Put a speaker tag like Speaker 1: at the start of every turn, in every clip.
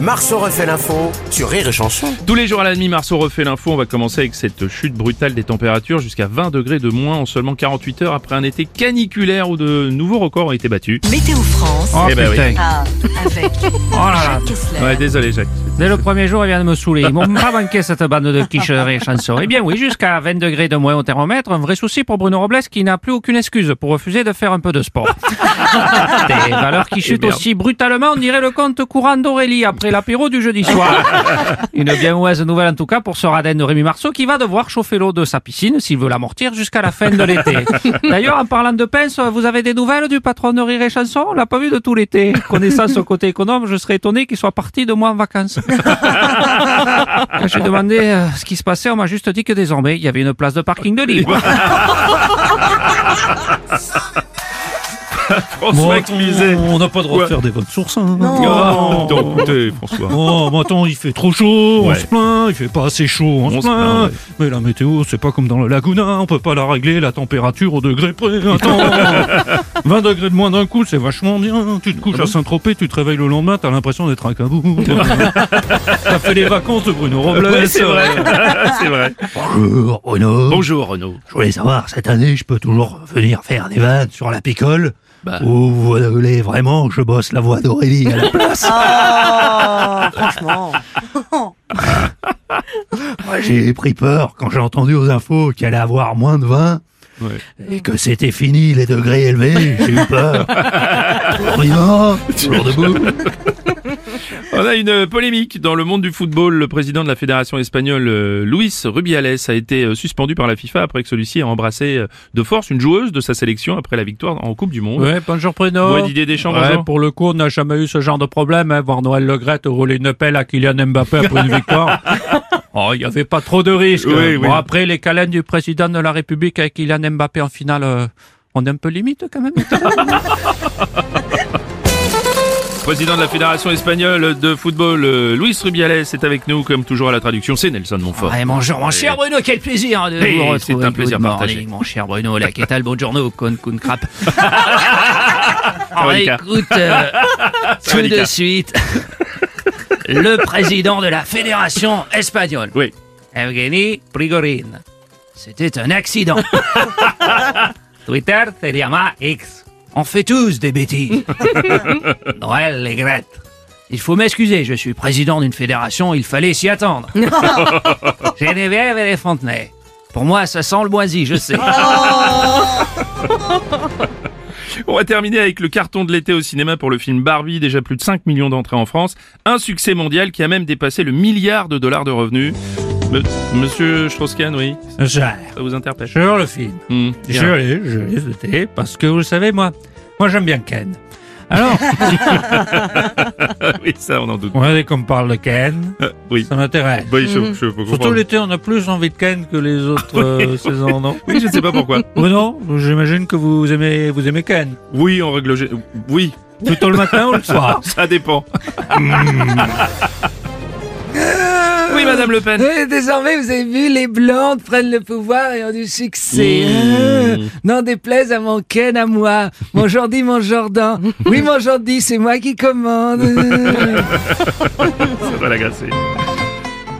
Speaker 1: Marceau refait l'info sur Rire et Chanson.
Speaker 2: Tous les jours à la demi, Marceau refait l'info. On va commencer avec cette chute brutale des températures jusqu'à 20 degrés de moins en seulement 48 heures après un été caniculaire où de nouveaux records ont été battus.
Speaker 3: Météo France
Speaker 4: Oh,
Speaker 2: Eh ben oui.
Speaker 3: Ah, avec Jacques Kessler.
Speaker 2: Ouais, désolé Jacques.
Speaker 4: Dès le premier jour, elle vient de me saouler. Ils m'ont pas manqué cette bande de quicheurs et chansons. Eh bien oui, jusqu'à 20 degrés de moins au thermomètre, un vrai souci pour Bruno Robles qui n'a plus aucune excuse pour refuser de faire un peu de sport. Des valeurs qui chutent
Speaker 2: merde.
Speaker 4: aussi brutalement, on dirait le compte courant d'Aurélie après l'apéro du jeudi soir. Une bien mauvaise nouvelle en tout cas pour ce radin de Rémi Marceau qui va devoir chauffer l'eau de sa piscine s'il veut l'amortir jusqu'à la fin de l'été. D'ailleurs, en parlant de pince, vous avez des nouvelles du patron de Rire et Chanson On l'a pas vu de tout l'été. Connaissant ce côté économe, je serais étonné qu'il soit parti de moi en vacances. Quand J'ai demandé euh, ce qui se passait, on m'a juste dit que désormais, il y avait une place de parking de libre. Oh,
Speaker 2: François Cluzet.
Speaker 5: on n'a pas le droit
Speaker 2: Ouais.
Speaker 5: de faire des bonnes sources. hein.
Speaker 2: Oh, donc, écoutez, François.
Speaker 5: Oh, mais attends, il fait trop chaud,
Speaker 2: Ouais.
Speaker 5: on se plaint, il fait pas assez chaud, on, se plaint.
Speaker 2: ouais.
Speaker 5: Mais la météo, c'est pas comme dans le Laguna, on peut pas la régler, la température au degré près. Attends, 20 degrés de moins d'un coup, c'est vachement bien. Tu te couches à Saint-Tropez, tu te réveilles le lendemain, t'as l'impression d'être à Kaboul. t'as fait les vacances de Bruno Robles.
Speaker 2: Ouais, c'est vrai. c'est vrai.
Speaker 6: Bonjour Bruno.
Speaker 2: Bonjour Renaud.
Speaker 6: Je voulais savoir, cette année, je peux toujours venir faire des vannes sur la picole Ou vous voulez vraiment que je bosse la voix d'Aurélie à la place
Speaker 3: Oh, franchement.
Speaker 6: Moi, J'ai pris peur quand j'ai entendu aux infos qu'il allait avoir moins de 20
Speaker 2: Ouais.
Speaker 6: et que c'était fini les degrés élevés. J'ai eu peur. toujours vivant, toujours debout.
Speaker 2: On a une polémique dans le monde du football. Le président de la fédération espagnole, euh, Luis Rubiales, a été euh, suspendu par la FIFA après que celui-ci ait embrassé euh, de force une joueuse de sa sélection après la victoire en Coupe du Monde.
Speaker 4: Ouais, bonjour Bruno.
Speaker 2: Ouais, Didier Deschamps,
Speaker 4: Ouais,
Speaker 2: bonjour.
Speaker 4: pour le coup, on n'a jamais eu ce genre de problème. Hein, voir Noël Legrette rouler une pelle à Kylian Mbappé après une victoire. Oh, Il n'y avait pas trop de risques.
Speaker 2: Oui,
Speaker 4: bon,
Speaker 2: oui.
Speaker 4: après, les câlins du président de la République avec Kylian Mbappé en finale, euh, on est un peu limite quand même.
Speaker 2: Président de la fédération espagnole de football, euh, Luis Rubiales, est avec nous, comme toujours à la traduction. C'est Nelson Montfort.
Speaker 4: Ouais, bonjour, mon cher Bruno, quel plaisir de
Speaker 2: Eh,
Speaker 4: vous
Speaker 2: c'est un
Speaker 4: retrouver.
Speaker 2: plaisir
Speaker 4: Good
Speaker 2: partagé.
Speaker 4: morning, mon cher Bruno, la quétale, buongiorno, con con crap.
Speaker 2: hein.
Speaker 4: Alors,
Speaker 2: Veronica.
Speaker 4: écoute, euh, tout de
Speaker 2: Veronica.
Speaker 4: suite, le président de la fédération espagnole,
Speaker 2: Oui.
Speaker 4: Evgeny Prigorine. C'était un accident. Twitter, c'est llama X. On fait tous des bêtises. Noël les grettes. Il faut m'excuser, je suis président d'une fédération, il fallait s'y attendre. Geneviève et les Fontenay. Pour moi, ça sent le moisi, je sais.
Speaker 2: On va terminer avec le carton de l'été au cinéma pour le film Barbie, déjà plus de 5 millions d'entrées en France. Un succès mondial qui a même dépassé le milliard de dollars de revenus. Me- Monsieur Strauss-Kahn, oui, ça vous interpelle.
Speaker 5: Sur le film.
Speaker 2: Hmm, bien.
Speaker 5: Je l'ai, je l'ai voté, parce que vous le savez, moi, moi j'aime bien Ken. Alors,
Speaker 2: oui, ça, on en doute.
Speaker 5: regardez qu'on parle de Ken,
Speaker 2: Euh, oui.
Speaker 5: ça m'intéresse.
Speaker 2: Bah, je, je, je peux
Speaker 5: Mhm. Surtout
Speaker 2: comprendre.
Speaker 5: l'été, on a plus envie de Ken que les autres euh, saisons, non
Speaker 2: Oui, je ne sais pas pourquoi.
Speaker 5: Bruno, j'imagine que vous aimez, vous aimez Ken.
Speaker 2: Oui, en règle gé- Oui,
Speaker 5: Plutôt le matin ou le soir
Speaker 2: ça dépend.
Speaker 5: Hmm.
Speaker 2: oui, Madame Le Pen.
Speaker 7: Oui, désormais, vous avez vu, les blondes prennent le pouvoir et ont du succès.
Speaker 2: Mmh.
Speaker 7: Ah, N'en déplaise à mon Ken, à moi. Mon Jordi, mon Jordan. Oui, mon Jordi, c'est moi qui commande.
Speaker 2: Ça va l'agacer.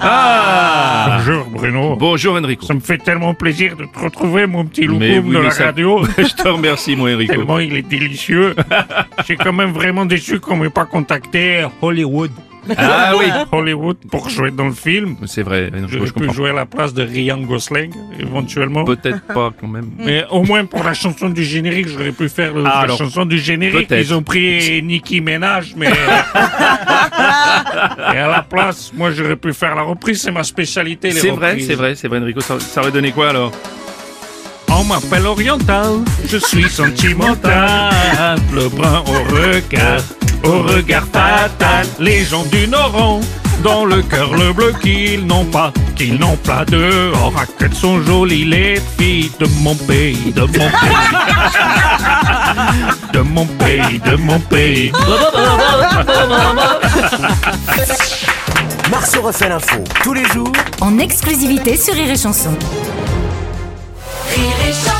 Speaker 2: Ah
Speaker 5: Bonjour Bruno,
Speaker 2: Bonjour Enrico.
Speaker 5: ça me fait tellement plaisir de te retrouver mon petit loup
Speaker 2: Mais oui,
Speaker 5: de
Speaker 2: mais
Speaker 5: la
Speaker 2: ça-
Speaker 5: radio.
Speaker 2: Je te remercie, moi, Enrico.
Speaker 5: Tellement il est délicieux. J'ai quand même vraiment déçu qu'on m'ait pas contacté à Hollywood.
Speaker 2: Ah oui
Speaker 5: Hollywood pour jouer dans le film.
Speaker 2: C'est vrai, je,
Speaker 5: J'aurais
Speaker 2: je
Speaker 5: pu
Speaker 2: comprends.
Speaker 5: jouer à la place de Ryan Gosling, éventuellement.
Speaker 2: Peut-être pas quand même.
Speaker 5: Mais au moins pour la chanson du générique, j'aurais pu faire le-
Speaker 2: Ah,
Speaker 5: la
Speaker 2: alors,
Speaker 5: chanson du générique.
Speaker 2: peut-être.
Speaker 5: Ils ont pris Nicki Ménage, mais. Et à la place, moi j'aurais pu faire la reprise, c'est ma spécialité. les
Speaker 2: C'est vrai,
Speaker 5: reprises.
Speaker 2: c'est vrai, c'est vrai, Enrico. Ça, ça aurait donné quoi alors
Speaker 5: On m'appelle Oriental, je suis sentimental, le brin au regard.
Speaker 2: au regard fatal, les gens du Nord ont dans le cœur le bleu qu'ils n'ont pas, qu'ils n'ont pas dehors. Ah, qu'elles sont jolies les filles de mon pays, de mon pays, de mon pays, de mon pays.
Speaker 1: Marceau refait l'info tous les jours
Speaker 3: en exclusivité sur Rire et Chanson. Rire et Chanson.